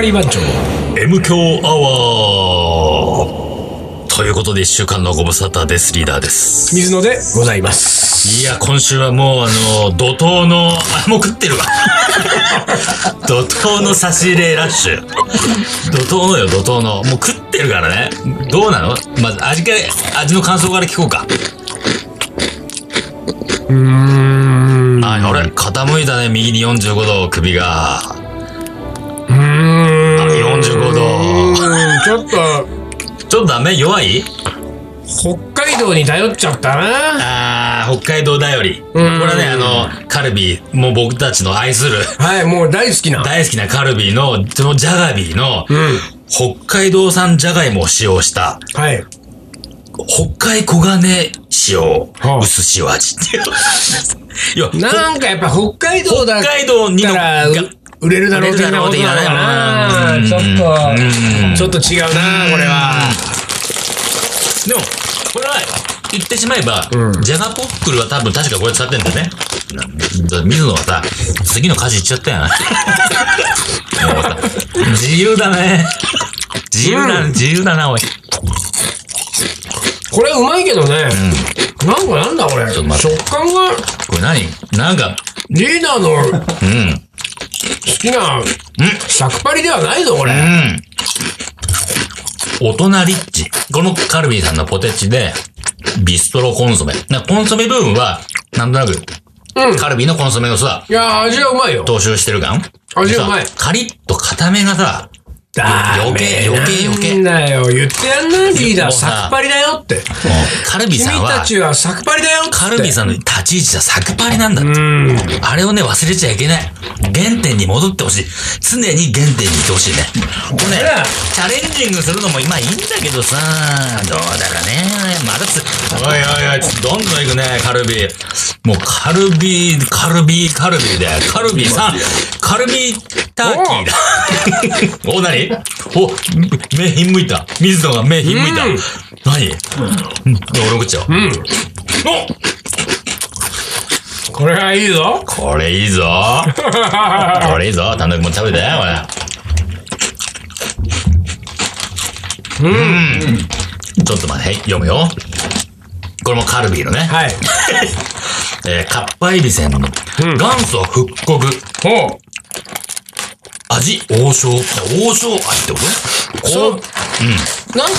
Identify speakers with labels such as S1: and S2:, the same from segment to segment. S1: リー番長
S2: M 強アワーということで一週間のご無沙汰です。リーダーです。
S1: 水野でございます
S2: いや、今週はもう、あの、怒涛の、あ、もう食っ てるわ。怒涛の差し入れラッシュ。怒涛のよ、怒涛の。もう食ってるからね。どうなのまず、味から、味の感想から聞こうか。
S1: うーんう
S2: あ、あれ、傾いたね、右に45度、首が。
S1: ーん
S2: 45度
S1: うーんちょっと
S2: ちょっとダメ弱い
S1: 北海道に頼っちゃったな
S2: あー、北海道だより。こ
S1: う
S2: れ
S1: ん
S2: はね、あの、カルビー、もう僕たちの愛する、
S1: はいもう大好きな
S2: 大好きなカルビーの、そのジャガビーの、
S1: うん
S2: 北海道産ジャガイモを使用した、
S1: はい
S2: 北海黄金塩、
S1: はあ
S2: 薄塩味って いう。いや、
S1: なんかやっぱ北海道だ
S2: 北
S1: っ
S2: 海道に
S1: た
S2: の、
S1: らう
S2: が
S1: 売れるだろう的なことなのか
S2: 売
S1: な
S2: れる
S1: ちょ
S2: だ
S1: っ
S2: ろう的なうん
S1: とちょっと違うなこれは
S2: でも、これは、言ってしまえば、
S1: うん
S2: ジャガポックルは多分確かこれ使ってんだよね。なだ水野はさ、次の家事行っちゃった よな。もうさ自由だね。自由だ、
S1: うん
S2: 自由だな、おい。ちょ
S1: これうまいけどねなんかなんだこれ
S2: ょっと待っ
S1: 食感が
S2: これ何なんか、
S1: リーダーの
S2: うん、
S1: 好きな、シャクパリではないぞ、これ。
S2: うん。大人リッチ。このカルビーさんのポテチで、ビストロコンソメ。なコンソメ部分は、なんとなく、
S1: うん。
S2: カルビーのコンソメのさ、
S1: いやー、味はうまいよ。
S2: 踏襲してる感
S1: 味うまい
S2: でさカリッと固めがさ、余計
S1: ダメ
S2: 余計余計
S1: なんだよ。言ってやんな、リーダー。
S2: もうさ
S1: サクパリだよって。
S2: もうカルビー
S1: 君
S2: さん
S1: た
S2: は、
S1: ちはサクパリだよって。
S2: カルビーさんの立ち位置はサクパリなんだって。
S1: うん。
S2: あれをね、忘れちゃいけない。原点に戻ってほしい。常に原点にいてほしいね。これね
S1: ら、
S2: チャレンジングするのも今いいんだけどさ、どうだかね。まだつ、おいおいおい、どんどんいくね、カルビー。もうカルビー、カルビー、カルビーで、カルビーさん、カルビーターキーだ。 お、なにお、目ひんむいた。水野が目ひんむいた。
S1: うん
S2: 何うん。俺も食っちゃおう。
S1: うん。
S2: お
S1: これはいいぞ。
S2: これいいぞ。これいいぞ。単独も食べて、これ。うん。ちょっと待って、はい、読むよ。これもカルビーのね。
S1: はい。
S2: えー、カッパエビせんの元祖復
S1: ほ
S2: 刻
S1: う。
S2: 味王将。王将味ってこと
S1: そう。
S2: こ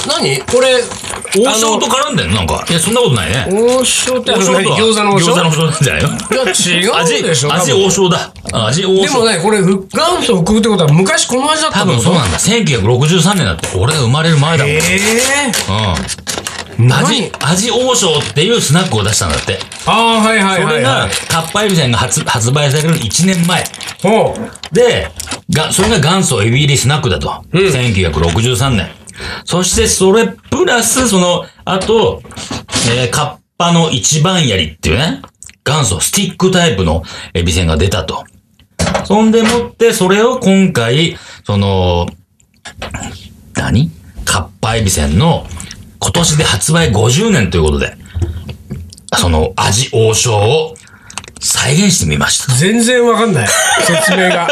S1: な、なにこれ、
S2: う王将と絡んでんのなんか。いや、そんなことないね。
S1: 王将ってあ
S2: 王
S1: の
S2: 将
S1: 何
S2: とは
S1: 餃子の王将
S2: 餃子の王将なんじゃないの
S1: いや、違うでしょ。
S2: 味、味
S1: 多分
S2: 王将だ。味王将。
S1: でもね、これ、ふ元祖北部ってことは昔この味だった
S2: 多
S1: んだ
S2: 分そうなんだ。1963年だって、俺が生まれる前だもん。
S1: え
S2: うん。
S1: ー。何、
S2: 味味王将っていうスナックを出したんだって。
S1: ああ、はいはい
S2: そ
S1: はいはい。
S2: れが、カッパエビせんが発発売される1年前。
S1: ほう。
S2: で、が、それが元祖エビ入りスナックだと。
S1: ん
S2: 1963年。そして、それプラス、その、あと、えー、カッパの一番槍っていうね、元祖スティックタイプのエビせんが出たと。そんでもって、それを今回、その、何カッパエビせんの今年で発売50年ということで、その味王将を再現してみました。
S1: 全然わかんない。説明 が。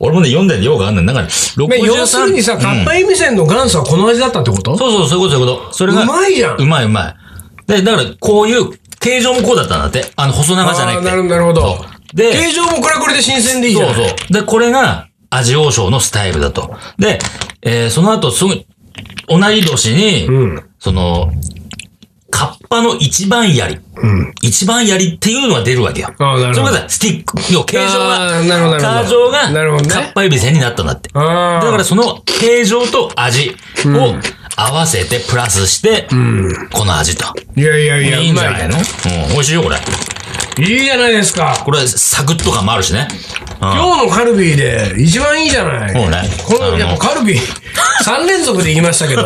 S2: 俺もね、読んでてよくわかんない。なんかね、
S1: まあ
S2: 63
S1: 要するにさ、
S2: うん
S1: カッパエビせんの元祖はこの味だったってこと、
S2: そうそう、そういうこと、そういうこと。それが、
S1: うまいじゃん
S2: うまい、うまい。で、だから、こういう、形状もこうだったんだって。あの、細長じゃな
S1: あ
S2: い
S1: あ、
S2: って。
S1: なるほど、なるほど
S2: そ。うで、
S1: 形状もこれはこれで新鮮でいいじゃん。
S2: そうそう。で、これが、味王将のスタイルだと。で、えーその後、すぐ、同い年に、
S1: うん
S2: その、カッパの一番槍。
S1: うん。
S2: 一番槍っていうのが出るわけよ。
S1: ああなるほど
S2: それがさスティック、要は形状
S1: ああなるほどなるほど
S2: が、形状が、
S1: なるほどね
S2: カッパ指線になったんだって。
S1: ああ。
S2: だから、その形状と味を合わせてプラスして、この味と。
S1: いやいやいや、
S2: いい
S1: うん
S2: じ
S1: ま
S2: ゃない
S1: ね
S2: いのうん、美味しいよ、これ。
S1: いいじゃないですか。
S2: これ、サクッと感もあるしね。うん。も。
S1: 今日のカルビーで一番いいじゃないう
S2: ね。
S1: この、
S2: あ
S1: やっぱカルビー、3連続で言いましたけど。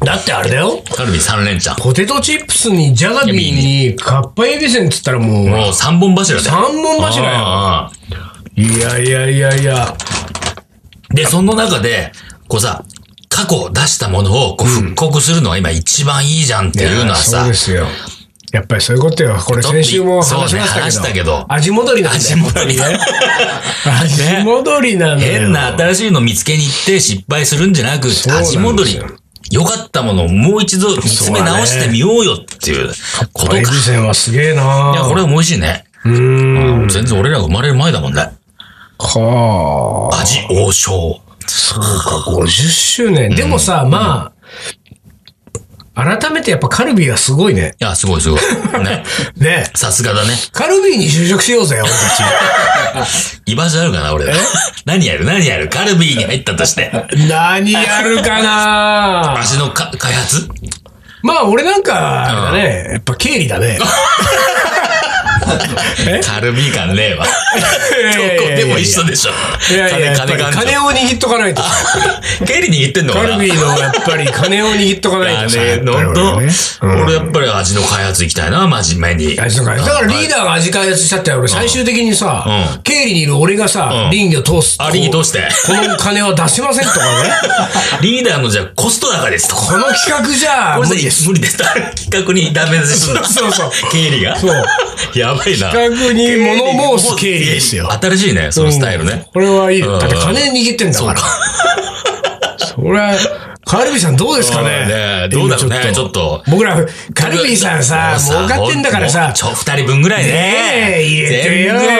S1: だってあれだよ。
S2: カルビ3連チャン。
S1: ポテトチップスにジャガビーにカッパエビせんっつったらもう、
S2: もう3本柱だよ。
S1: 三本柱よ。
S2: よ。
S1: いやいやいやいや。
S2: で、その中で、こうさ、過去出したものをこう復刻するのが今一番いいじゃんっていうのはさ、
S1: そうですよ。やっぱりそういうことよ。これ先週も話しましたけど。
S2: そうね話したけど
S1: 味戻りなんだよ
S2: 味戻りね。
S1: 味戻りなのよ。
S2: 変な新しいの見つけに行って失敗するんじゃな
S1: うなん
S2: く、
S1: です
S2: 立ち
S1: よ
S2: 戻り。良かったものをもう一度見つめ直してみようよっていうことか。
S1: エビ
S2: い
S1: センはすげえな
S2: や、これは美味しいね。
S1: うーん。
S2: 全然俺らが生まれる前だもんね。
S1: はあ。
S2: 味王将。
S1: そうか、50周年。でもさ、まあ、改めてやっぱカルビーはすごいね。
S2: いや、すご いすごい。ね。
S1: ね
S2: さすがだね。
S1: カルビーに就職しようぜ、俺たち。
S2: 居場所あるかな、俺ら。何やる何やるカルビーに入ったとして。
S1: 何やるかな
S2: 味のか開発
S1: まあ、俺なんか、あれだね、やっぱ経理だ ね。え
S2: カルビー感ねえわ。どこでも一緒でしょ。
S1: いやいや、やっぱ
S2: 金、
S1: り
S2: 金感
S1: 金を握っとかないと。
S2: 情。経理握ってんの
S1: カ
S2: かな
S1: ルビーのやっぱり金を握っとかないとさ。
S2: ね、
S1: や
S2: ほ
S1: っ
S2: ん
S1: ぱり
S2: と
S1: 俺ね。
S2: 俺やっぱり味の開発行きたいな、真面目に。
S1: 味とかねだからリーダーが味開発しちゃったら俺最終的にさ、
S2: うん
S1: 経理にいる俺がさ
S2: う、ん
S1: 倫理を通す。
S2: あ、リーどうして
S1: この金は出しませんとか ね。
S2: リーダーのじゃあコスト高ですと。
S1: この企画じゃ
S2: こ
S1: 無
S2: れ無
S1: 理
S2: 理
S1: で。
S2: ですす。無理です。企画にダメ出しするんだ。
S1: そうそうそう
S2: 経理が。
S1: そう。
S2: やばいな。
S1: 企画に物申す経理ですよ
S2: 新しいね、そのスタイルね。
S1: これはいい。
S2: うん
S1: だって金握ってんだ
S2: そう
S1: か。。
S2: から
S1: それは、カルビーさんどうですかね
S2: ねどうだろうね、ちょっと。
S1: 僕ら、カルビーさんさ、儲
S2: もう
S1: かってんだから
S2: も
S1: さ
S2: う、ちょ、二人分ぐらいね。
S1: ねえ入れてよ
S2: 全然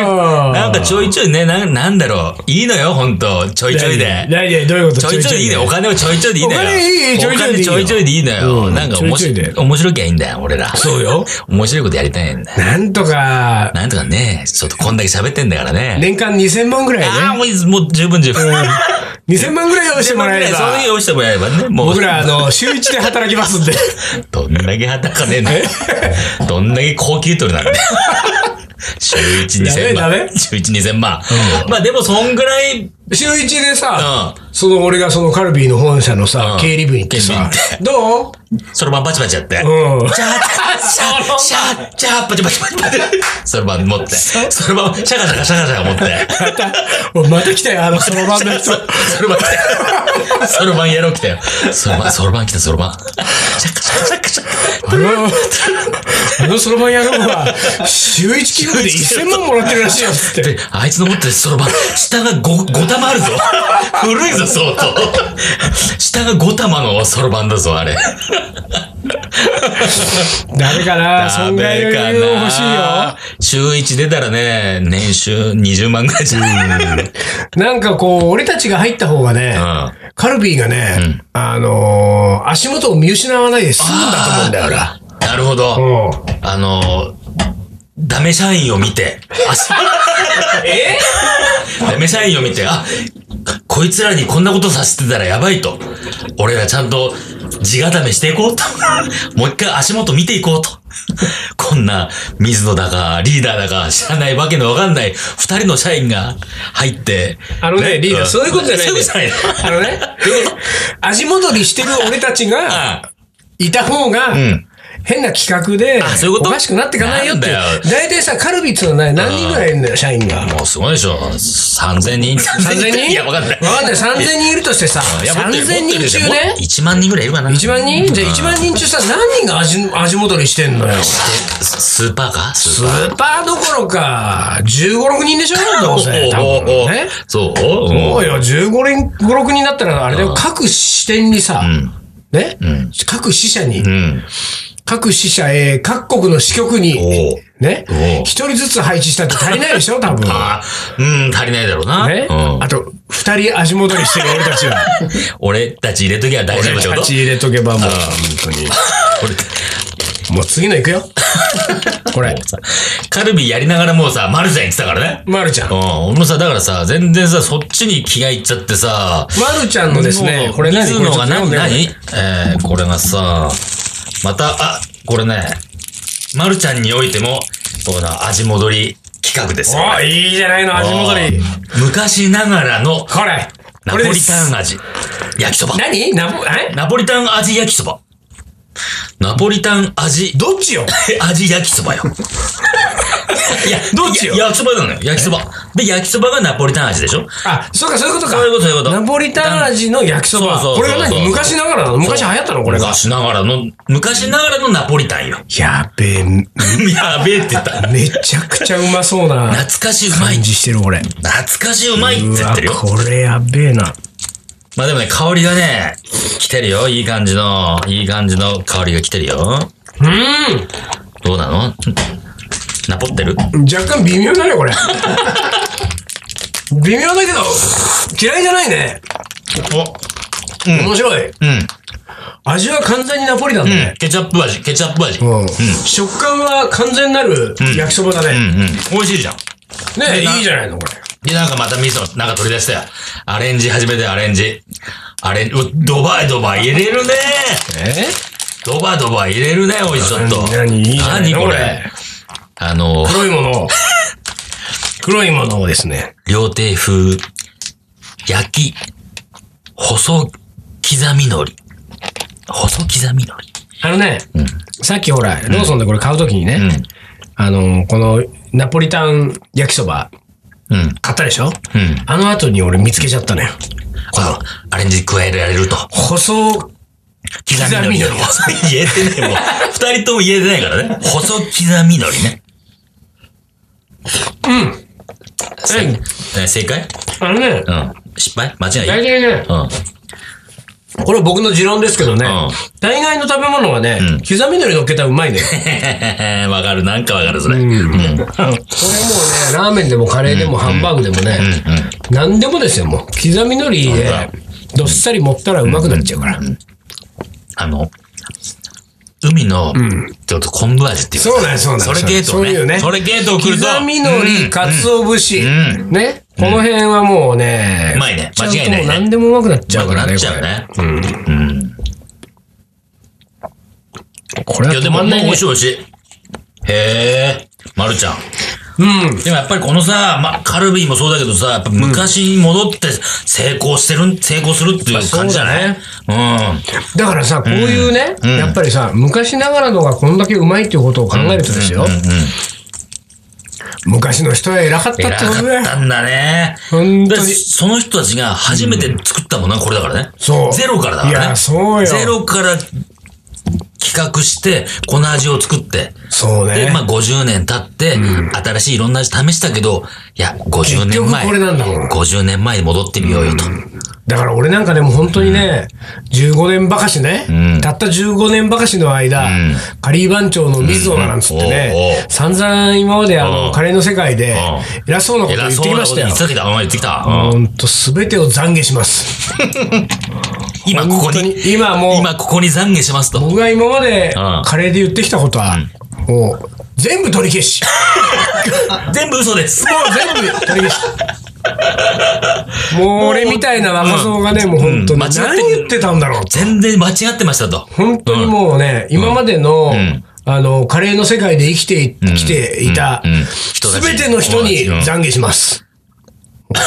S2: なんかちょいちょいね、ななんだろう。いいのよ、ほんと。ちょいちょいで。
S1: 何何どういうこと
S2: ちょいちょいでいいね。お金はちょいちょいでいいのよ。
S1: お金いいちょいちょいでいいよ
S2: お金ちょいちょいでいいの
S1: う
S2: よ。
S1: ん
S2: なんかおもし
S1: ちょいちょいで
S2: 面白きゃいいんだよ、俺ら。
S1: そうよ。
S2: 面白いことやりたいんだよ。
S1: なんとか、
S2: なんとかね、ちょっとこんだけ喋ってんだからね。
S1: 年間2000万ぐらい
S2: ああ、
S1: ね。
S2: もう、もう十分十 分。
S1: 2000万ぐらい用意してもらえれ
S2: そういう
S1: ば。
S2: の用意してもらえればね。もう。
S1: 僕ら、あの、週1で働きますんで。
S2: どんだけ裸ねえん だよ。どんだけ高級取るなんだよ。週一二千
S1: ダメダメ
S2: 万。週一二千万。まあでもそんぐらい、
S1: 週1でさ
S2: う、
S1: その俺がそのカルビーの本社の
S2: う
S1: さ
S2: ん、
S1: 経理部に行ってさ
S2: 経理部行、
S1: どう
S2: そろばんバチバチやって。
S1: うん。
S2: シャーシャーシャーシャーパチパチパチパチ。そろばん持って。そろばん、シャカシャカシャカシャカ持って。
S1: おいまた 来たよ、あの、その場の人。
S2: そろばん来たよ。そろばんやろう来たよ。そろばん、そろばん来た、そろばん。シャカシャカシャカシャカ。
S1: あの、 あのそろばん野郎は、週1勤務で1000万もらってるらしいよ、つって。
S2: で、あいつの持ってるそろばん、下が 5, 5玉あるぞ。古いぞ、相当。下が5玉のそろばんだぞ、あれ。
S1: ダメかなそんぐらいの余裕欲しいよ。
S2: 週1出たらね、年収20万ぐらいじゃん。
S1: なんかこう、俺たちが入った方がね、
S2: う
S1: カルビーがね、あのー足元を見失わないで済んだと思うんだよな。
S2: なるほど。
S1: うん
S2: あの、ダメ社員を見て、
S1: え
S2: ダメ社員を見て、あ、こいつらにこんなことさせてたらやばいと。俺らちゃんと地固めしていこうと。 もう一回足元見ていこうと。こんな水野だか、リーダーだか、知らないわけのわかんない二人の社員が入って。
S1: あのね、リーダー、そういうことじゃないん
S2: そう
S1: だ
S2: いう
S1: よ
S2: ことじゃない。
S1: あのね、足元にしてる俺たちが、
S2: あ
S1: いた方が、
S2: ん
S1: 変な企画で
S2: あそういうこ、
S1: お
S2: と
S1: かしくなっていかないよっていう
S2: なん。
S1: 大体さ、カルビーっていうのはね何人ぐらいいるんだよ、社員が。
S2: もうすごいでしょ。3000人。
S1: 3000人
S2: いや、わかんない。
S1: わかんない。3000人いるとしてさ、
S2: いやもっといる
S1: 3000
S2: もっといる
S1: 人
S2: じ
S1: 中
S2: ゃんも
S1: ね
S2: っと。1万人ぐらいいるかな。
S1: 1万人じゃあ1万人中さ、何人が味、味戻りしてんのよ。
S2: でススーパーかス
S1: スーパーどころか、15、6人でしょどうせ。多
S2: お
S1: 分
S2: お
S1: ね。
S2: そう
S1: そうよ、15人、5、6人だったら、あれだよ、各支店にさ、ね、各支社に、
S2: うん。
S1: 各支社、えー各国の支局に、
S2: おう
S1: ね
S2: おう、
S1: 一人ずつ配置したって足りないで しょ多分。
S2: ああ、うん、足りないだろうな。
S1: ね、
S2: うん
S1: あと、二人味戻りしてる俺たちは。
S2: 俺たち入れときゃ大丈夫ってこと
S1: 立ち入れとけばもう、本当に。
S2: 俺
S1: もう次の行く よ。これ。
S2: カルビやりながらもうさ、マルちゃん言ってたからね。
S1: まるちゃん。
S2: うん、俺もさ、だからさ、全然さ、そっちに気がいっちゃってさ、
S1: まるちゃんのですね
S2: も、う
S1: これ何
S2: 水野が何、
S1: これちょっと読んで
S2: 何えー、これがさ、また、あ、これね、マルちゃんにおいても、この味戻り企画ですよ。
S1: おいいじゃないの、味戻り。
S2: うん昔ながらの
S1: これ。
S2: ナ
S1: こ
S2: ポ
S1: れで
S2: リ
S1: す。
S2: タン味。焼きそば。
S1: 何ナポ、え
S2: ナポリタン味焼きそば。ナポリタン味、
S1: どっちよ
S2: 味焼きそばよ。いや、
S1: どっちよ
S2: や焼きそばなのよ。焼きそば。で、焼きそばがナポリタン味でしょ
S1: あ、そうか、そういうことか。
S2: そういうことそういうこと
S1: ナポリタン味の焼きそば。
S2: そうそう
S1: こ
S2: そう
S1: れが
S2: そう
S1: 何昔ながらなの昔流行ったのこれが。
S2: 昔ながらの、昔ながらのナポリタンよ。
S1: やべえ、
S2: やべえって言った。
S1: めちゃくちゃうまそうな
S2: 懐かしいうまい
S1: 感。じしてる、これ。
S2: 懐かしいうまいって
S1: う
S2: 言
S1: わ
S2: ってるよ。
S1: これやべえな。
S2: まあでもね、香りがね、来てるよ。いい感じの、いい感じの香りが来てるよ。
S1: うー
S2: どうなの ナポってる
S1: ん若干微妙だね、こ れ。微妙だけど、嫌いじゃないね。
S2: おうん。
S1: 面白い。
S2: うん。
S1: 味は完全にナポリタンだ
S2: うん
S1: ね。。
S2: ケチャップ味、ケチャップ味。う。
S1: うんん。食感は完全なる焼きそばだ
S2: うん
S1: ね。
S2: 美味しいじゃん。
S1: ね
S2: うん
S1: いいじゃないの、これ。
S2: で、なんかまた味噌、なんか取り出したよ。アレンジ始めて、アレンジ。アレンジ、うドバイドバイ入れるね
S1: え
S2: ドバドバ入れるね、おいしょっと。
S1: 何いいじゃない
S2: 何
S1: の
S2: こ
S1: こ
S2: れ
S1: れ。
S2: あの、
S1: 黒いも のを。黒いものをですね。
S2: 料亭風、焼き、細刻み海苔。細刻み海苔。
S1: あのね、さっきほら、ローソンでこれ買うときにね、あの、このナポリタン焼きそば
S2: うん。うん。
S1: 買ったでしょ
S2: うん。
S1: あの後に俺見つけちゃったのよ。
S2: この、アレンジ加えられると。刻
S1: 細、
S2: み海苔。
S1: 刻み海
S2: 言えてない、もう。二人とも言えてないからね。細刻み海苔ね。
S1: え
S2: せえ正解
S1: あのね、
S2: うん。失敗間違
S1: 大
S2: い
S1: 体ね、
S2: うん。
S1: これは僕の持論ですけどね、
S2: うん
S1: 大概の食べ物はね、
S2: うん
S1: 刻み海苔乗っけたらうまいね。こ
S2: わかる、なんかわかる、それ。うん。うん。うん。
S1: れもうね、ラーメンでもカレーでもハンバーグでもね、何でもですよ、もう。刻み海苔で
S2: 本、
S1: どっさり盛ったらうまくなっちゃうから。
S2: あの、海の、ちょっと昆布味っていうか
S1: そうだよ、そうだよ。
S2: それゲート
S1: そう
S2: ね。
S1: いうね。
S2: それゲート送ると。
S1: 刻みのり、かつお節。
S2: ん
S1: ね。この辺はもうね。
S2: うまいね間違いない
S1: ちゃんとも
S2: ね
S1: う何でもうまくなっちゃ
S2: う
S1: う
S2: ま
S1: から
S2: くな
S1: ね。
S2: っちゃうね。
S1: これ。これ
S2: いや、
S1: は
S2: で
S1: 止
S2: も、
S1: まん
S2: も
S1: な
S2: う
S1: い
S2: 美
S1: ね
S2: 味しい美味しい。へえ、まるちゃん。
S1: うん。
S2: でもやっぱりこのさ、まあ、カルビーもそうだけどさ、やっぱ昔に戻って成功してる、成功するっていう感じじゃないうん。
S1: だからさ、こういうね、
S2: ん
S1: やっぱりさ、昔ながらのがこんだけうまいっていうことを考えるとですよ。昔の人は偉かった
S2: 偉
S1: って
S2: か
S1: ことだ
S2: っ
S1: よ。
S2: たんだね。
S1: 本
S2: で
S1: 当に。
S2: その人たちが初めて作ったものはこれだからね。
S1: そう
S2: ゼロからだからね。
S1: いやそうよ
S2: ゼロから企画して、この味を作って。
S1: そう
S2: で、
S1: ね。
S2: まあ50年経って、新しいいろんな味試したけど、いや、50年前。
S1: 結局これなんだもん
S2: 50年前に戻ってみようよと。
S1: だから俺なんかでも本当にね、15年ばかしね、
S2: ん
S1: たった15年ばかしの間、
S2: ん
S1: カリー番長の水野だなんつってね、
S2: うんおうおう
S1: 散々今まであ
S2: うん
S1: の、カレーの世界で
S2: う、
S1: 偉そうなこと言
S2: 偉
S1: って
S2: そう
S1: き
S2: な
S1: ま
S2: こ
S1: し
S2: と
S1: た
S2: 言
S1: よ
S2: って。たけど、あんまり言ってきた。うん
S1: ほんと、すべてを懺悔します。
S2: 今ここ
S1: 本当
S2: に
S1: に。今はもう
S2: 今ここに懺悔しますと。
S1: 僕が今まで
S2: うん
S1: カレーで言ってきたことは、もう、全部取り消 し。
S2: 全部嘘です。
S1: もう全部取り消し。もう俺みたいな若造がね、もう本当に、
S2: うん間違って
S1: 何言ってたんだろう
S2: 全然間違ってましたと。
S1: 本当にもうね、今までの、
S2: ん
S1: あの、カレーの世界で生きてい、生きていた
S2: うんうん、人た
S1: す
S2: ち
S1: べ、ての人に
S2: うん
S1: 懺悔します。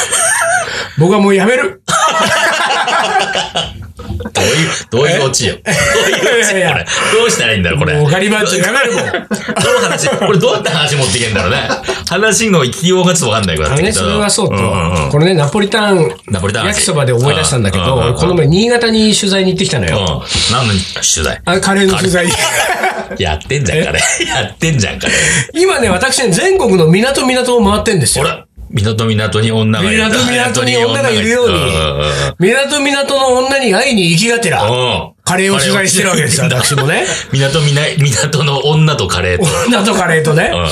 S1: 僕はもうやめる。
S2: どういう、どういうオチよ。どういうオチこ
S1: いやいやい
S2: れ。どうしたらいいんだろう、これ。
S1: もうガリバンチョやめるもん
S2: どう話、これどうやって話持っていけんだろうね。話の勢いがちょっとわかんないから。
S1: あのね、それはそうと、
S2: んんうん
S1: これね、ナポリタン
S2: ナポリタン味
S1: 焼きそばで思い出したんだけ
S2: うんうんうんう
S1: ど
S2: ん、
S1: この前新潟に取材に行ってきたの
S2: うん
S1: よ。。
S2: 何の取材
S1: あカレーの取材。
S2: やってんじゃん、カレー。やってんじゃん、カレー。
S1: 今ね、私ね、全国の港港を回ってんです
S2: ほ
S1: よ。
S2: ら、港港に女がいる。
S1: 港港に女がいるように
S2: んんうん
S1: 港港の女に会いに行きがてら、
S2: うん
S1: カレーを取材してるわけですよ、
S2: カレーを
S1: 私もね。
S2: 港、みな港の女とカレー と。
S1: 女とカレーとね。
S2: うん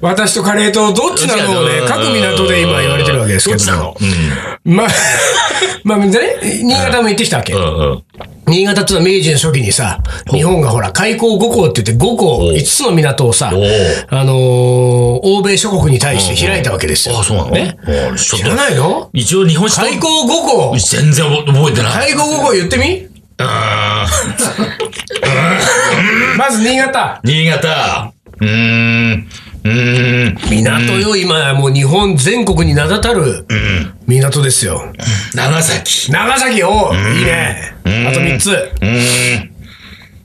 S1: 私とカレーとどっちなのをね、各港で今言われてるわけですけ
S2: どっち
S1: ど
S2: な
S1: も
S2: の。う
S1: まあ、 まあ、ね、新潟も行ってきたわけ。
S2: ん。うんうん。
S1: 新潟ってのは明治の初期にさ、日本がほら、開港5港って言って5
S2: お
S1: 港、
S2: う
S1: 5つの港をさ、
S2: おう
S1: あのー欧米諸国に対して開いたわけですよ。
S2: あ、そうなの
S1: ね。
S2: あちょっ
S1: 知
S2: と
S1: らないの
S2: 一応日本史と
S1: 開港5港。
S2: 全然覚えてない。
S1: 開港5港言ってみ
S2: あー
S1: まず新潟。
S2: 新潟。うーん。うーん。
S1: 港よ、今、もう日本全国に名だたる
S2: うん。
S1: 港ですよ。
S2: 長崎。
S1: 長崎を、いいね。あと3つ。
S2: うーん。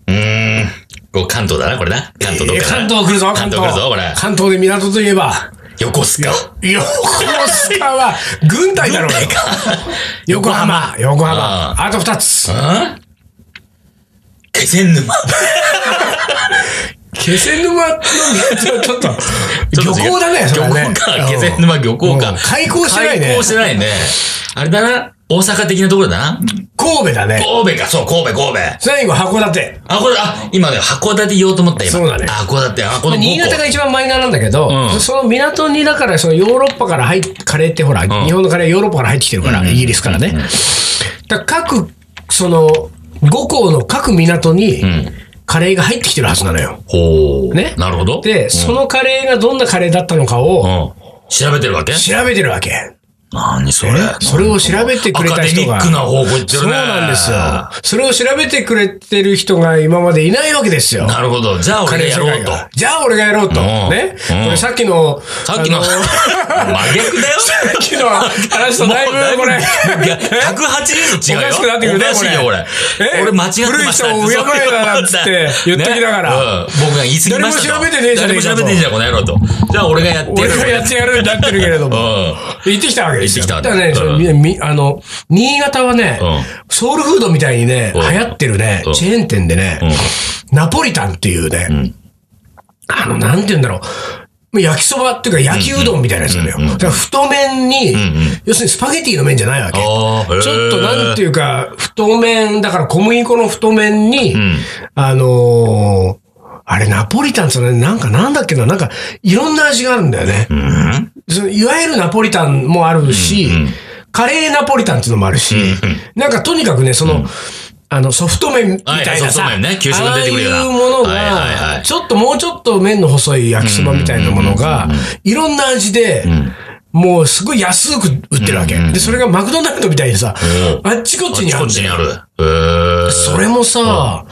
S2: うーん。こう関東だな、これな。関東どっ
S1: え
S2: かだ
S1: 関
S2: な
S1: 東来るぞ、
S2: 関東来るぞ、これ。
S1: 関東で港といえば、
S2: 横須賀。
S1: 横須賀は軍隊だろうよ。横浜、横浜。あと二つ。
S2: うん気仙沼。
S1: 気仙沼の港はちょっと、漁港だね、それはね。
S2: 漁港か。気仙沼漁港
S1: う
S2: か
S1: ん。開港してないね
S2: 開港してないね。あれだな。大阪的なところだな。
S1: 神戸だね。
S2: 神戸か。そう、神戸、神戸。
S1: 最後、函館。
S2: あ、これ、あ、今ね、函館言おうと思った、今。
S1: そうだね
S2: あ、函館、あ、こ
S1: まあ
S2: の5個。
S1: 新潟が一番マイナーなんだけど、
S2: うん
S1: その港にだから、そのヨーロッパから入っカレーってほら、日本のカレーヨーロッパから入ってきてるから、イギリスからね。だから各、その、5港の各港に
S2: ん、
S1: カレーが入ってきてるはずなのよ。
S2: ほう。
S1: ね
S2: なるほど。
S1: で、そのカレーがどんなカレーだったのか
S2: う
S1: を
S2: ん。調べてるわけ
S1: 調べてるわけ。
S2: なにそれ
S1: え。それを調べてくれた人が。
S2: アカデミックな方向行ってるね。
S1: そうなんですよ。それを調べてくれてる人が今までいないわけですよ。
S2: なるほど。じゃあ、
S1: カレ
S2: 俺
S1: ー
S2: や
S1: 世
S2: ろ
S1: 界
S2: うと。
S1: が。じゃあ俺がやろうと。
S2: うん
S1: ね。
S2: うん
S1: これさっきの、
S2: さっきの、
S1: あ
S2: 真逆だよ。
S1: さっきの話とだいぶこれ。
S2: い や、180度違うよ。
S1: おかしくなってくるね
S2: おかしいよ、
S1: こ
S2: 俺
S1: れ。え
S2: 俺間違ってました
S1: 古い人を敬えだなんつって言っときながら
S2: ねうん僕が言い過ぎました
S1: 誰も
S2: と。
S1: 調べてねえじゃねえかと
S2: 誰も調べてねえじゃん、この野郎と。じゃあ、俺がやって
S1: 俺がやってやるようになってるけれど
S2: う
S1: も。
S2: ん。
S1: 行ってきたわけですよ。
S2: 行って
S1: だ
S2: きたわ
S1: か
S2: け
S1: らね、それみみあの、新潟はね
S2: うん、
S1: ソウルフードみたいにね、流
S2: うん
S1: 行ってるね
S2: う、ん
S1: チェーン店でね、ナポリタンっていうね、あの、なんて言うんだろう。もう焼きそばっていうか焼きうどんみたいなやつなのよ。だから太麺に、要するにスパゲティの麺じゃないわけ。
S2: あーへー
S1: ちょっとなんていうか、太麺、だから小麦粉の太麺に、
S2: ん
S1: あのーあれナポリタンってね、なんかなんだっけな、なんかいろんな味があるんだよね。
S2: うん
S1: そのいわゆるナポリタンもあるし、カレーナポリタンっていうのもあるし、なんかとにかくね、その、あの、ソフト麺みたい
S2: はい
S1: な
S2: ソフ
S1: さ、
S2: ト麺ね給食
S1: あ
S2: で
S1: あい
S2: 出てくるような
S1: うものが、
S2: はいはいはい
S1: ちょっともうちょっと麺の細い焼きそばみたいなものが、いろんな味で、もうすごい安く売ってるわけ。で、それがマクドナルドみたいにさ、
S2: う
S1: あっちこっちにあ
S2: こ
S1: るん
S2: っ
S1: だ
S2: ちに
S1: よ。
S2: ある。へー
S1: それもさ、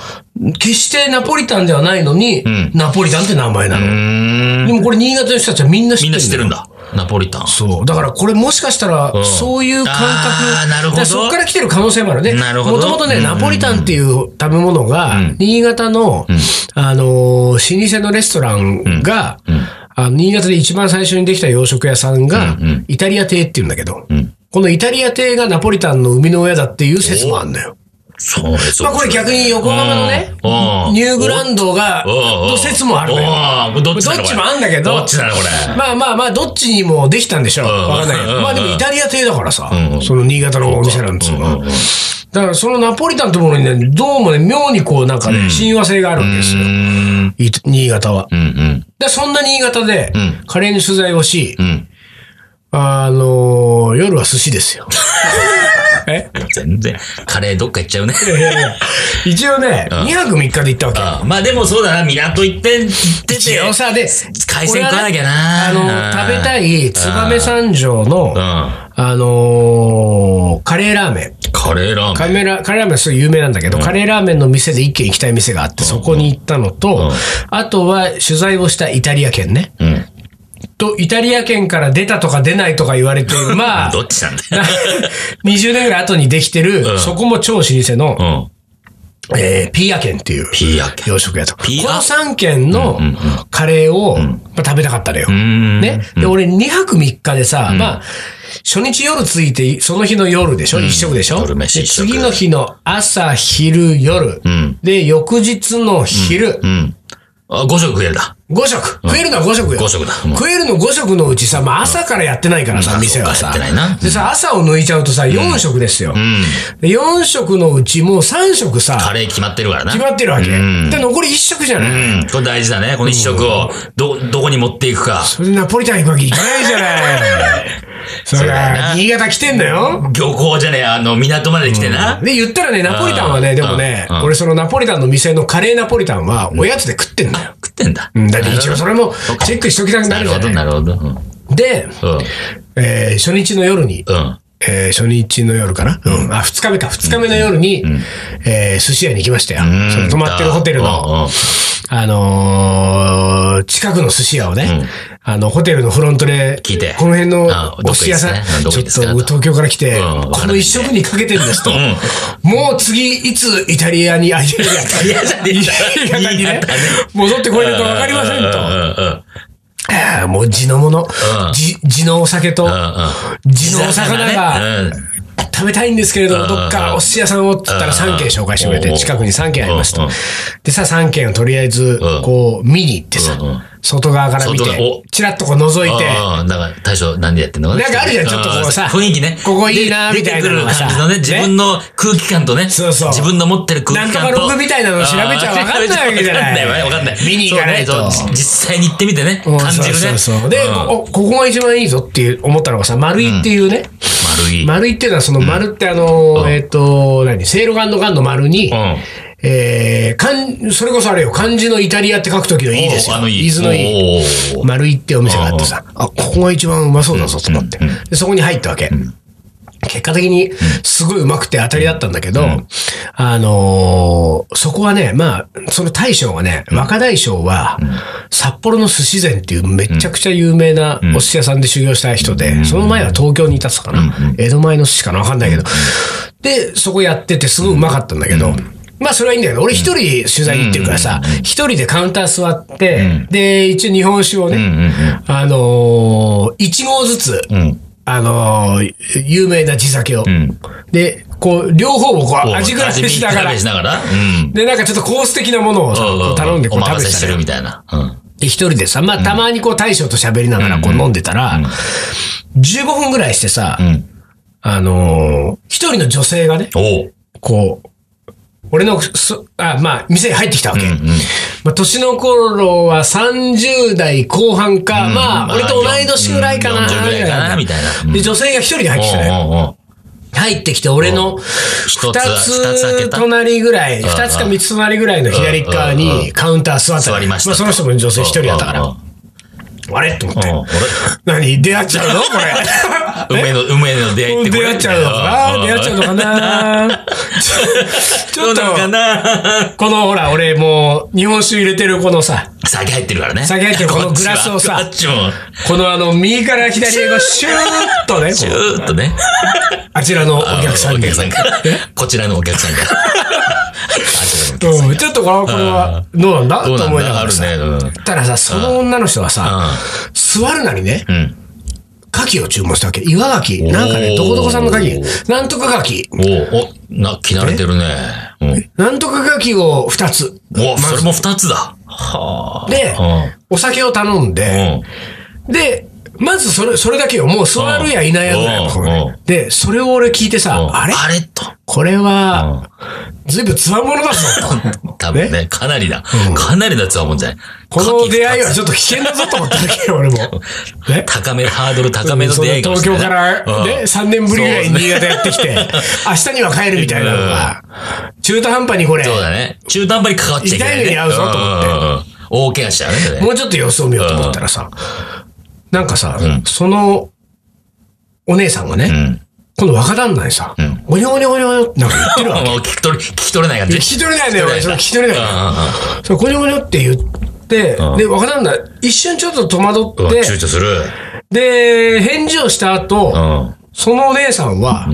S1: 決してナポリタンではないのに、
S2: ん
S1: ナポリタンって名前な
S2: う
S1: の。
S2: ーん
S1: でもこれ新潟の人たちはみんな知って
S2: みん
S1: る
S2: な知ってるんだ。ナポリタン。
S1: そう。だからこれもしかしたら、
S2: ん
S1: そういう感
S2: あ
S1: 覚。
S2: ーなる
S1: だ
S2: ほど
S1: からそっから来てる可能性もあるね。
S2: なるほど
S1: もともとね、
S2: うん
S1: ナポリタンっていう食べ物が、新潟の、あのー老舗のレストランが、あの新潟で一番最初にできた洋食屋さんが、イタリア亭って言うんだけど、このイタリア亭がナポリタンの生みの親だっていう説もあるんだよ。
S2: そうです。
S1: まあこれ逆に横浜のね、
S2: うんうん
S1: ニューグランドが、の説もあるのよ。
S2: よ。どっちな
S1: どっ
S2: のこれ
S1: ちもあんだけど
S2: どっちなのこれ。
S1: まあまあまあ、どっちにもできたんでしょう。
S2: ん
S1: わかんないけど。
S2: うん
S1: まあでもイタリア系だからさ
S2: うんう、ん
S1: その新潟のお店なんですよ
S2: うんうんうん。
S1: だからそのナポリタンってものにね、どうもね、妙にこうなんかね、親和性があるんです
S2: う
S1: よ。
S2: ーん。
S1: い新潟は。
S2: うんうん。
S1: で、そんな新潟で
S2: うん、
S1: カレーに取材をし
S2: う、ん。
S1: あのー、夜は寿司ですよ。え
S2: 全然、カレーどっか行っちゃうね。
S1: 一応ね、
S2: うん
S1: 2泊3日で行ったわけ。
S2: あまあでもそうだな、港行って、行ってて。
S1: 一応さ、で、
S2: 海鮮食わなきゃな
S1: あの、食べたい、燕三条の、
S2: うん。
S1: あのーカレーラーメン。
S2: カレーラーメ
S1: カメラ、カレーラーメンすごい有名なんだけど、カレーラーメンの店で一軒行きたい店があって、そこに行ったのと、あとは取材をしたイタリア圏ね。
S2: ン。うん。
S1: と、イタリア圏から出たとか出ないとか言われてる、まあ、
S2: どっちなんだよ。
S1: 20年ぐらい後にできてる、
S2: ん
S1: そこも超老舗の、
S2: うん。
S1: えーピーア圏っていう
S2: ピーア圏
S1: 洋食屋と。こ
S2: ピーア
S1: の3軒のカレーを、まあ、食べたかったのよ。
S2: ん
S1: ね。で、俺2泊3日でさ、まあ、初日夜着いて、その日の夜でしょ、一食でしょ
S2: 夜飯
S1: で
S2: 一食
S1: 次の日の朝、昼、夜。
S2: ん
S1: で、翌日の昼
S2: う、ん。あ、5食食えるだ。
S1: 5食。食えるのは5食よ。
S2: 5食だ。うん
S1: 食えるの5食のうちさ、まあ朝からやってないからさ、
S2: うん
S1: 店は
S2: そう
S1: さ
S2: かやってないな。
S1: でさ、朝を抜いちゃうとさ、4食ですよ。で4食のうちもう3食さ、
S2: カレー決まってるからな。
S1: 決まってるわけ。
S2: うん
S1: で、残り1食じゃない。
S2: うん。これ大事だね。この一食を、ど、どこに持っていくか。
S1: それでナポリタン行くわけいかないじゃない。そ
S2: そう
S1: れ
S2: だよな
S1: 新潟来てんだよ。
S2: 漁港じゃねえ、あの、港まで来てな。
S1: で、言ったらね、ナポリタンは
S2: う
S1: ね、
S2: ん
S1: でもね
S2: うん、
S1: 俺そのナポリタンの店のカレーナポリタンは、おやつで食ってんだよ。
S2: 食ってんだ。
S1: うんだって一応それもチェックしときたくな
S2: な
S1: る
S2: る
S1: じゃ
S2: ほど、
S1: ない
S2: なるほど。うん。うん。
S1: で、えー初日の夜に、
S2: うん。
S1: えー初日の夜かな、うん、あ、二日目か、二日目の夜に、えー寿司屋に行きましたよ。
S2: うん
S1: その泊まってるホテルの、
S2: うんうん
S1: あのー近くの寿司屋をね、あの、ホテルのフロントで、
S2: 聞いて
S1: この辺の
S2: あ
S1: お寿司屋さん、
S2: どこです
S1: ちょ
S2: かどこ
S1: っ
S2: ですか
S1: と東京から来て、
S2: うんわか
S1: この
S2: らない
S1: 一食にかけてるんですと、
S2: ん
S1: もう次、いつイタリアに、あ、イタリ
S2: いや、じゃねえんだ
S1: ア、イタリアにね、戻ってこれるかわかりませんと。
S2: うんうんうんうん
S1: ああもう地のもの、じ地のお酒と、
S2: う
S1: 地のお魚が
S2: うん
S1: 食べたいんですけれど、どっかお寿司屋さんをって言ったら
S2: うん
S1: 3軒紹介してくれ
S2: う
S1: て、
S2: ん
S1: 近くに3軒あります
S2: う
S1: と
S2: ん。
S1: でさ、3軒をとりあえず
S2: うん、
S1: こう、見に行ってさ
S2: うんうん、
S1: 外側から見
S2: 外側
S1: て
S2: お、
S1: ちらっとこう覗いて、
S2: うんうんだから、大将何でやってんの
S1: なんかあるじゃんちょっとこうさ
S2: ん雰囲気ね。
S1: ここいいな
S2: で
S1: みたいな
S2: 出て
S1: の
S2: く
S1: が
S2: る
S1: さ
S2: 感じのね、自分の空気感とね。
S1: そうそう
S2: 自分の持ってる空気感と。
S1: なんとかログみたいなの調べちゃわかんないわけじゃない
S2: わかんないわかんない。
S1: 見に行かないと
S2: そうねそう実際に行ってみてね、
S1: うん
S2: 感じる
S1: そう
S2: ね。
S1: そうそうで、
S2: うん
S1: おここが一番いいぞっていう思ったのがさ、丸いっていうね、
S2: 丸い。
S1: 丸いっていうのはその丸ってあの、
S2: うん
S1: えっ、と、何せいろがんのがんの丸に、
S2: うん
S1: えー、かん、それこそあれよ、漢字のイタリアって書くときのいいですよ。
S2: おあのいい
S1: 伊豆のいい。
S2: おー
S1: 丸いってお店があってさ、あ、ここが一番うまそうだぞと思って。
S2: うんう
S1: でそこに入ったわけ。結果的に、すごいうまくて当たりだったんだけど、あのーそこはね、まあ、その大将がね、若大将は、札幌の寿司膳っていうめちゃくちゃ有名なお寿司屋さんで修行した人で、その前は東京にいたっつったかな、江戸前の寿司かなわかんないけど、で、そこやっててすごいうまかったんだけど、まあそれはいいんだけど、俺一人取材行ってるからさ、一人でカウンター座って、で、一応日本酒を
S2: うん
S1: ね、あのー、一合ずつ、
S2: うんうん。うん。
S1: あのー有名な地酒を。
S2: ん
S1: で、こう、両方をこう、味比べしながら
S2: 味比べ。しながら。うん。
S1: で、なんかちょっとコース的なものをさ
S2: うう
S1: こう頼んでこう
S2: お
S1: 食べ
S2: 任せ
S1: て
S2: して
S1: た
S2: る
S1: ら
S2: みたいな。うん。
S1: で一人でさ、まあたまにこう大将と喋りながらこう飲んでたら、15分ぐらいしてさ、
S2: うん。
S1: あのー一人の女性がね、
S2: おう
S1: こう、俺のす、あ、まあ、店に入ってきたわけ。
S2: うんうん。
S1: まあ、年の頃は30代後半か、ま
S2: うん
S1: あ、俺と同い年ぐらいかな。
S2: うん40ぐらいかなみたいなうん
S1: で、女性が一人で入ってきたのよ。
S2: おうおうおう
S1: 入ってきて、俺の
S2: 一
S1: 二
S2: つ二つ開け
S1: つ
S2: た
S1: 隣ぐらい、
S2: ん
S1: 二つか三つ隣ぐらいの左側
S2: うんうんう
S1: にカウンター座ってた
S2: 座りましたと。
S1: あ、その人も女性一人だったか
S2: うんう
S1: ら。
S2: ん
S1: あれと思っ
S2: うん。
S1: て。何出会っちゃうのこれ。
S2: 俺、梅の、梅の出会いってこれ
S1: 出会っちゃうのかな出会っちゃうのかなち
S2: ど
S1: ょ
S2: う
S1: っと
S2: な、のかな
S1: このほら、俺もう、日本酒入れてるこのさ、
S2: 酒入ってるからね。
S1: 酒入ってるこのグラスをさ
S2: こっちは
S1: このあの、右から左へのシューッとね、
S2: ち
S1: こう
S2: ょっとね。
S1: あちらのお客さん
S2: お
S1: に。
S2: 客さんから。こちらのお客さ んから。あちらのお客さん
S1: うん、ちょっとこれは、これは、どうなんだ
S2: どう
S1: と
S2: なん
S1: 思いな
S2: だ
S1: が
S2: あ
S1: ら
S2: る
S1: さ。
S2: ね。うん
S1: たらさ、その女の人はさ、座るなりね、
S2: うん。うん。
S1: 牡蠣を注文したわけ。岩牡蠣。なんか
S2: お
S1: ね、
S2: ー
S1: どこどこさんの牡蠣。なんとか牡蠣。
S2: おうお、な、着慣れてるね。うん
S1: なんとか牡蠣を2つ。
S2: お、それも二つだ。はあ。
S1: で
S2: うん、
S1: お酒を頼んで、
S2: うん。
S1: で、まずそれ、それだけよ。もう座るやいないやぐらいのところ
S2: うんう
S1: ね。で、それを俺聞いてさ、あれ
S2: あれと。
S1: これは、ずいぶんつわものだぞと。
S2: 多分ね、かなりだ。かなりだつわもんじゃない。
S1: この出会いはち
S2: ょっ
S1: ょっと危険だぞと思ったわけよ、俺 も。ね
S2: と。高め、ハードル高めの出会い
S1: そ
S2: か
S1: の
S2: も
S1: 東
S2: しれ
S1: 京
S2: ない
S1: からね、
S2: うん
S1: 3年ぶりぐらいに新潟やってき て、明日には帰るみたいなのが、中途半端にこれ、
S2: そうだね。中途半端に関わっちゃいけない、ね。
S1: 痛い目に遭うぞと思って
S2: って。大怪我しちゃうねそれね。
S1: もうちょっと様子を見ようと思ったらさ、なんかさ、
S2: ん
S1: その、お姉さんがね、
S2: うん。
S1: この若旦那にさ、
S2: ん
S1: おにょおにょおにょおにょってなんか言ってるわ け。
S2: もう聞き取れ、聞き取れない感じ。
S1: 聞き取れないんだよ、俺。それ聞き取れないから。
S2: う
S1: それ、こにょこにょって言って、
S2: うん
S1: で、若旦那、一瞬ちょっと戸惑
S2: んうんうん。
S1: っ
S2: うわ
S1: て、
S2: 躊躇する。
S1: で、返事をした後、
S2: うん。
S1: そのお姉さんは、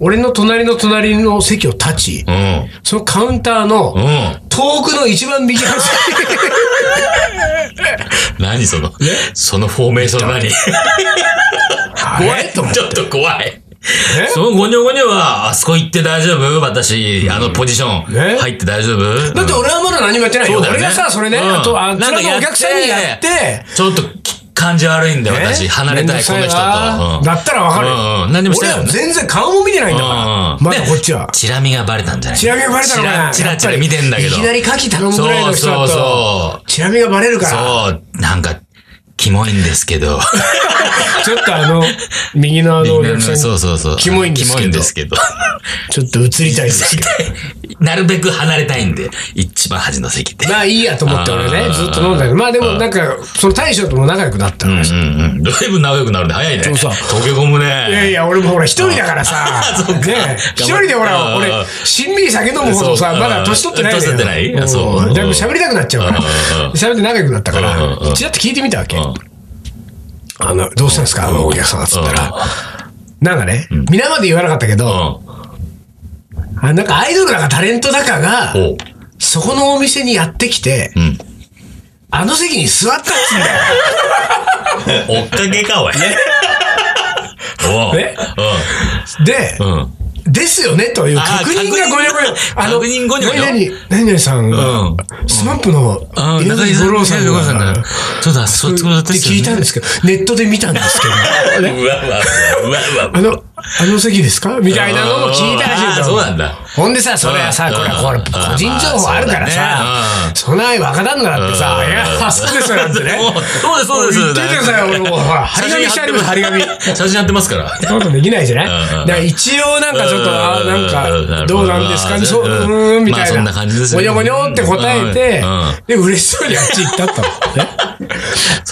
S1: 俺の隣の隣の席を立ち、
S2: うん。
S1: そのカウンターの、
S2: うん。
S1: 遠くの一番右端
S2: 何その、そのフォーメーション何
S1: 怖いと思う。
S2: ちょっと怖い。
S1: ね
S2: そのゴニョゴニョは、あそこ行って大丈夫私、あのポジション、
S1: ね
S2: 入って大丈夫
S1: だって俺はまだ何もやってないよ。
S2: そうだよね
S1: 俺がさ、それね、
S2: うん
S1: あと、あの、
S2: なんか
S1: 面の
S2: や
S1: お
S2: って
S1: 客さんにやって、
S2: ちょっとき感じ悪いんだよ、
S1: ね
S2: 私。離れたい、この人と。うん
S1: だったらわかるよ
S2: うんうん何でもして
S1: 俺
S2: ないも
S1: は
S2: んね
S1: 全然顔も見てないんだから。まだこっちは。
S2: チラ見がバレたんじゃない
S1: チラ見がバレたの
S2: チ
S1: か
S2: ラ
S1: な
S2: チラチ
S1: やっぱ
S2: ラ
S1: り
S2: 見てんだけど。
S1: いきなり牡蠣頼むぐらいの人だ
S2: そう
S1: と
S2: そ、
S1: チラ見がバレるから。
S2: そう、なんか、キモいんですけ ど。
S1: ちょっとあの、右のあの、お客さんに
S2: そうそうそう。
S1: キモいんですけど
S2: キモいんですけど。
S1: ちょっと映りたいですけど。
S2: なるべく離れたいんで、一番端の席で。
S1: まあいいやと思って俺
S2: う
S1: ね、
S2: ん
S1: ずっと飲んだけど、まあでもなんか、その大将とも仲良くなった
S2: う
S1: の
S2: んうんうん。だいぶ長くなるね。早いね。
S1: そうそう
S2: 溶け込むね。
S1: いやいや、俺もほら、一人だからさ、 ね一人でほら、
S2: うん
S1: 俺、しんみり酒飲むほどさ、
S2: そう
S1: まだ年取ってないんだよ
S2: 年取ってないあそう
S1: うんだいぶ喋りたくなっちゃうから
S2: うんうんうん、
S1: 喋って仲良くなったか
S2: うんうん
S1: ら
S2: う、ん
S1: ちらっと聞いてみたわけ
S2: うん。
S1: あの、どうしたんですかあのお客様っつったら、なんかね、皆まで言わなかったけど、
S2: う
S1: あなんかアイドルだかタレントだかが、
S2: ん。おう。
S1: そこのお店にやってきて、
S2: うん。
S1: あの席に座ったっつうんだ よ。
S2: 追っかけか、おい。おう。
S1: ねで、
S2: うん。うん。
S1: ですよねという
S2: あー
S1: 確認
S2: 確認
S1: がごめんごめん。あの、
S2: 確認後にもよ
S1: 何々、何々さん
S2: う
S1: が
S2: ん、
S1: スマップの
S2: あー、
S1: 稲
S2: 中
S1: 垣
S2: 井さ
S1: 吾
S2: ん、
S1: 郎
S2: 中
S1: さん
S2: 井五郎さん
S1: が
S2: が、、そうだ、そう、そうだった
S1: って聞いたんですけど、ネットで見たんですけ ど、ね
S2: うわうわうわうわうわ
S1: あの、あの席ですかみたいなのも聞いたらしいん
S2: あーそうなんだ
S1: ほんでさ、それは
S2: う
S1: さ、
S2: ん
S1: これは、
S2: うん
S1: これ、
S2: うん
S1: 個人情報あるから
S2: まあ
S1: さ、そんな若旦那だってさ、
S2: うん
S1: いや、そうですよ、なんて ね。
S2: そうですそうです
S1: も言っててください、俺もう、ほら、張り紙してあります、張り紙。
S2: 写真やってますから。
S1: そういうのできないじゃない
S2: うんうんうん
S1: だから一応なんかちょっと、あー
S2: うん
S1: なんか、どうなんですか
S2: うん
S1: ね、そう、
S2: うん
S1: うーん、みたい
S2: まあそ
S1: な。
S2: んな感じですよ
S1: ご
S2: ね
S1: にょごにょって答えて
S2: うんうん、
S1: で、嬉しそうにあっち行ったと。ね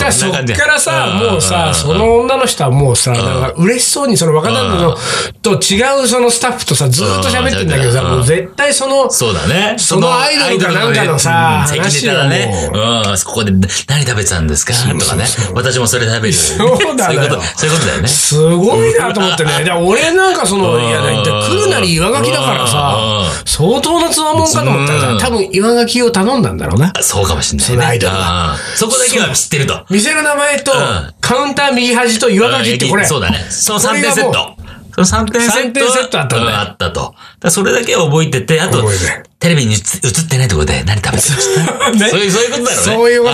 S1: だから
S2: そ
S1: そ
S2: ん
S1: っ
S2: な感じ
S1: からさ、
S2: う
S1: もう
S2: んうんうんうん
S1: さ、その女の人はもうさ、だから嬉しそうにその若旦那のと違うそのスタッフとさ、ずーっと喋ってんだけどさ、
S2: うん
S1: もう絶対その、
S2: そうだね。
S1: そのアイドルかなんかのさ
S2: うん関ネタだね。うん、ここで何食べてたんですかとかね。私もそれ食べる。
S1: そうだよ
S2: そういうこと、そういうことだよね。
S1: すごいなと思ってね。で俺なんかその、いや、だいたい来るなり岩垣だからさ
S2: う、
S1: 相当なつわもんかと思ったら
S2: うん
S1: さ、多分岩垣を頼んだんだろうな。
S2: そうかもしんないね。
S1: そのアイドルは
S2: うんそこだけは知ってると。
S1: 店の名前と
S2: ん、
S1: カウンター右端と岩垣ってこれ。
S2: そうだね。その
S1: こ
S2: 3
S1: れが
S2: 点セッ
S1: も
S2: ト。その三点セットは。
S1: 三点セットあったんだよ
S2: うんあったと。だからそれだけは覚えてて、あと
S1: 覚えてる、
S2: テレビに映ってないところで何食べてました。
S1: ね
S2: そういう、そういうことだろうね。
S1: そういうこ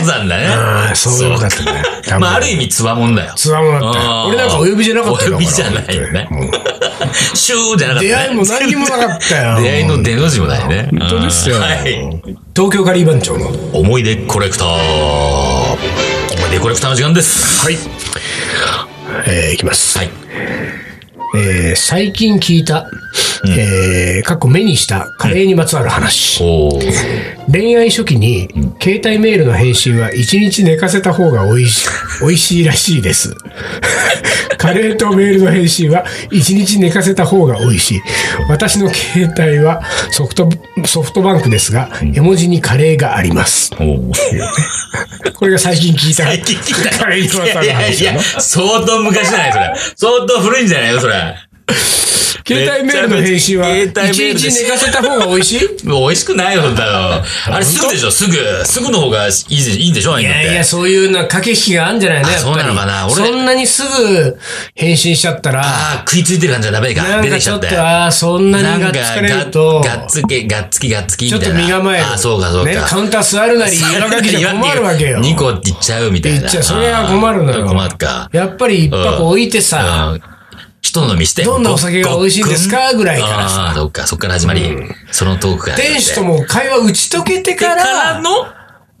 S1: となんだよね
S2: あーそうい
S1: うんそうい
S2: うことなんだね。
S1: うことだったね
S2: そうかまあ、ある意味、つわもんだよ。
S1: つわもんだったよ
S2: う
S1: 俺なんかお呼びじゃなかったよ
S2: お呼びじゃないよね
S1: だからも。
S2: シューじゃなかったね。
S1: 出会いも何にもなかったよ。
S2: 出会いの出の字もないね。
S1: 本当ですよ。
S2: うんはい。
S1: 東京カリー番長の。
S2: 思い出コレクター。思い出コレクターの時間です。はい。
S1: えーいきます。
S2: はい。
S1: えー最近聞いた、えーかっこ目にしたカレーにまつわる話。
S2: おー。
S1: 恋愛初期に、携帯メールの返信は1日寝かせた方が美味 しい、美味しいらしいです。 カレーとメールの返信は1日寝かせた方が美味しい。私の携帯はソフト、ソフトバンクですが、絵文字にカレーがあります。
S2: おー。
S1: これが最近聞いた。
S2: 最近聞いた。
S1: カレーにまつわる
S2: いやい
S1: 話
S2: や
S1: だ
S2: い
S1: な
S2: や、。相当昔じゃないそれ。相当古いんじゃないよ、それ。
S1: 携帯メールの返信は
S2: 携
S1: 1
S2: 帯メールで
S1: 日
S2: す
S1: 寝かせた方が美味 しい
S2: もう美味しくないよ、そんなの。あれ、すぐでしょ、すぐ。すぐの方がいいでいいんでしょ、ああ
S1: い
S2: いうのっ
S1: やい
S2: て
S1: や、。そういうな、駆け引きがあるんじゃないの
S2: あ
S1: やっぱり
S2: そうなのかな俺
S1: そんなにすぐ返信しちゃったら、
S2: ああ、食いついてる感じじゃダメ
S1: な
S2: か。
S1: ん
S2: 出
S1: か
S2: てきち
S1: ち
S2: ゃ
S1: ょ
S2: っ。
S1: ってと、ああ、そんなにがっつかれると、
S2: ががっつけ、がっつき、がっつきみ
S1: ち
S2: た
S1: ょ
S2: い
S1: っ
S2: な。
S1: と身構える。
S2: ああ、そうか、そうか。
S1: ね、カウンター座るなり、岩かきじゃ困るわけよ。
S2: 2個いっちゃうみたいな。
S1: いっちゃうそれは困るのよ
S2: ああ困るか。
S1: やっぱり一泊置いてさ、
S2: うん人飲みして。
S1: どんなお酒が美味しいんですかぐらいからさ
S2: ああ、そっか、そっから始まり。そのトークが。
S1: 店主とも会話打ち解けてか
S2: から
S1: ら、
S2: の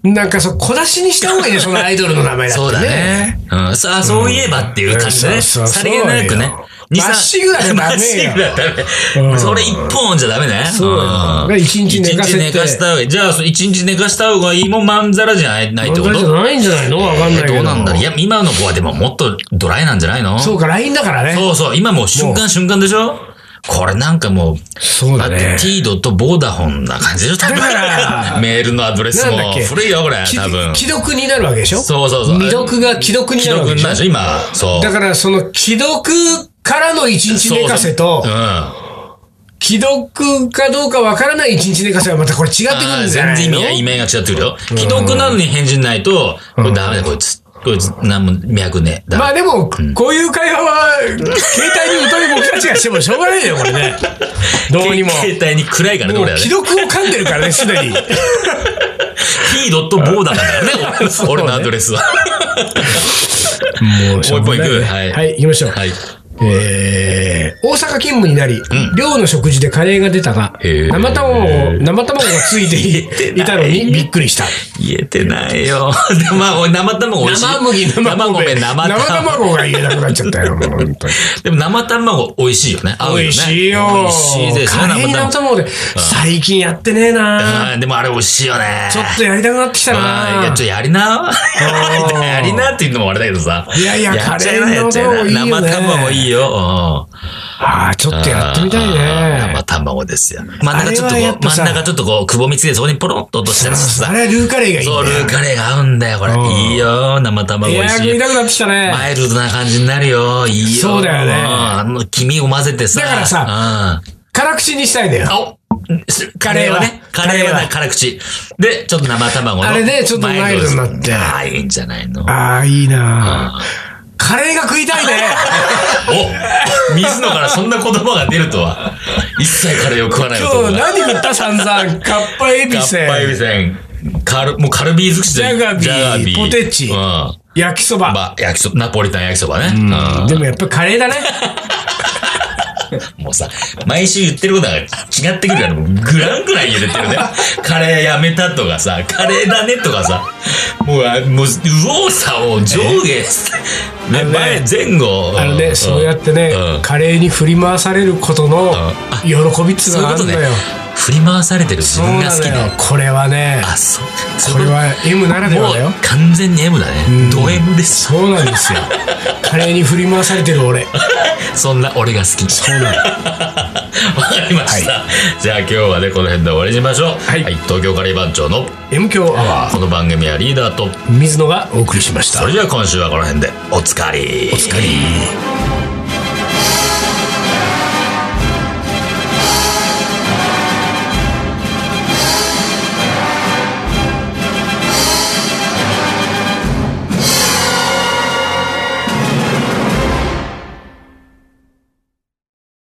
S1: なんかそう、小出しにした方がいい ね、そのアイドルの名前だって。
S2: そうだ。ね。うん。さあ、そういえばっていう感じだ
S1: う
S2: ね。
S1: んそうそう
S2: さりげなくね
S1: そうよ。
S2: 二三
S1: まっしぐらじゃダメよ
S2: まっしぐらダ
S1: う
S2: メ。
S1: ん
S2: それ一本じゃダメね。
S1: そうよ
S2: ん
S1: 一日寝かせて
S2: 一日寝かした方がいい。じゃあ、そ一日寝かした方がいいもんまんざらじゃないないってこ
S1: 問題じゃ
S2: と
S1: ないんじゃないのわかんないけど。
S2: どうなんだろういや、今の子はでももっとドライなんじゃないの
S1: そうか、LINE だからね。
S2: そうそう。今もう瞬間瞬間でしょこれなんかもう、
S1: そうだね。
S2: ティードとボーダホンな感じでしょ多分
S1: だから
S2: メールのアドレス
S1: なん
S2: も
S1: だっけ
S2: 古いよ、これ。
S1: 既
S2: 多分。
S1: 既読になるわけでしょ
S2: そうそうそう
S1: 未読が既読に
S2: 既
S1: なるわけで
S2: 読に
S1: し
S2: なるでしょ
S1: ょ
S2: 今。そう。
S1: だからその既読からの一日寝かせと
S2: そうそう、うん。
S1: 既読かどうかわからない一日寝かせはまたこれ違ってく
S2: あ
S1: る
S2: ー
S1: んじゃない
S2: 全
S1: の
S2: 然意味が意味が違ってくるよ。既読なのに返事ないと、これダメだ、こいつ。こいつ、なんも脈ねえ。ダメ
S1: まあでも、こういう会話は、携帯に疎い僕たちがしてもしょうがないよ、これ ね。どうにも。
S2: 携帯に暗いからね、
S1: も
S2: 俺
S1: う
S2: はね。
S1: 既読を噛んでるからね、すでに。
S2: P ドットボーダーだからね、 俺俺のアドレスは。
S1: もう
S2: しょうがないね
S1: は、
S2: はいい
S1: 行きましょう。
S2: はい。
S1: えー大阪勤務になり、寮の食事でカレーが出たが、
S2: へー
S1: 生卵、生卵がついていいたのにびっくりした。
S2: 言えてないよ。でまあ、俺生卵美味しい。
S1: 生麦、生
S2: 生米、
S1: 米、
S2: 生
S1: 生
S2: 卵。
S1: 卵が言えなくなっちゃったよ、もう本当に。
S2: でも生卵美味しいよね。合うよね。
S1: 美味しいよ。
S2: 美味しいですね、
S1: カレーに生卵で、最近やってねえな
S2: うんでもあれ美味しいよね。
S1: ちょっとやりたくなってきた
S2: あーいや、
S1: な
S2: ちょ、やりな。
S1: ー
S2: やりなって言うのもあれだけどさ。
S1: いやいや
S2: っちゃな
S1: カレーの
S2: やっちゃな
S1: 方がいいよね
S2: 生卵いいよ。うん
S1: ああ、ちょっとやってみたい
S2: あーま
S1: ね
S2: あ、。卵ですよ。真ん
S1: あ
S2: 中
S1: れ
S2: ちょっと
S1: は
S2: こ
S1: やっ
S2: う、
S1: ぱ
S2: 真
S1: さ
S2: ん中ちょっとこう、くぼみつけて、そこにポロンと落としたりして
S1: あ
S2: さ。
S1: れはルーカレーがいいん
S2: そう、ル
S1: だよ
S2: ーカレーが合うんだよ、これ。
S1: うん
S2: いいよ、生卵
S1: い
S2: 美
S1: やー、
S2: 味し
S1: 食い
S2: い
S1: た。くなってきたね。
S2: マイルドな感じになるよ。いいよ。
S1: そうだよね
S2: んあの、黄身を混ぜてさ。
S1: だから
S2: さ、
S1: 辛口にしたいんだよ。
S2: おカレーはね。
S1: カ
S2: カ
S1: レーは
S2: レーはね、辛口。で、ちょっと生卵の。
S1: あれでちょっとマイルドになって
S2: ああ、いいんじゃないの。
S1: ああ、いいなあカレーが食いたいね。
S2: お水野からそんな言葉が出るとは。一切カレーを食 わない
S1: 今
S2: 男が。
S1: 日何食った散々。カッパエビせ
S2: カッパエビ
S1: ん。
S2: せん。カル、もうカルビー尽くしだよ
S1: ジャガビーポテチ
S2: うん。ま
S1: 焼きそば。
S2: あ、焼きそば、ナポリタン焼きそばね。
S1: うんでもやっぱりカレーだね。
S2: もうさ、毎週言ってることが違ってくるから、もうグラングラン言って るね。カレーやめたとかさ、カレーだねとかさ、もう、あもう、右往左往、上下、ね、
S1: のね
S2: 前、前後。
S1: あの
S2: う
S1: ね、
S2: ん
S1: そうやってね
S2: うん、
S1: カレーに振り回されることの喜びっつう
S2: そう
S1: のが
S2: いう
S1: あ
S2: こと
S1: るん
S2: ね
S1: だよ。。
S2: 振り回されてる自
S1: そう
S2: 分が
S1: な
S2: 好き
S1: の
S2: な
S1: よ。これはね、
S2: あ、そう。
S1: これは M ならではだ
S2: も
S1: よ
S2: う。完全に M だね。ド M です。
S1: そうなんですよ。カレーに振り回されてる俺。
S2: そんな俺が好き。そう なわかりました。じゃあ今日はね、この辺で終わりにしましょう。はい東京カレー番長の
S1: M 強アワ
S2: この番組はリーダーと、
S1: ー、水野がお送りしました
S2: そ。れでは今週はこの辺で、おつかり。おつかり。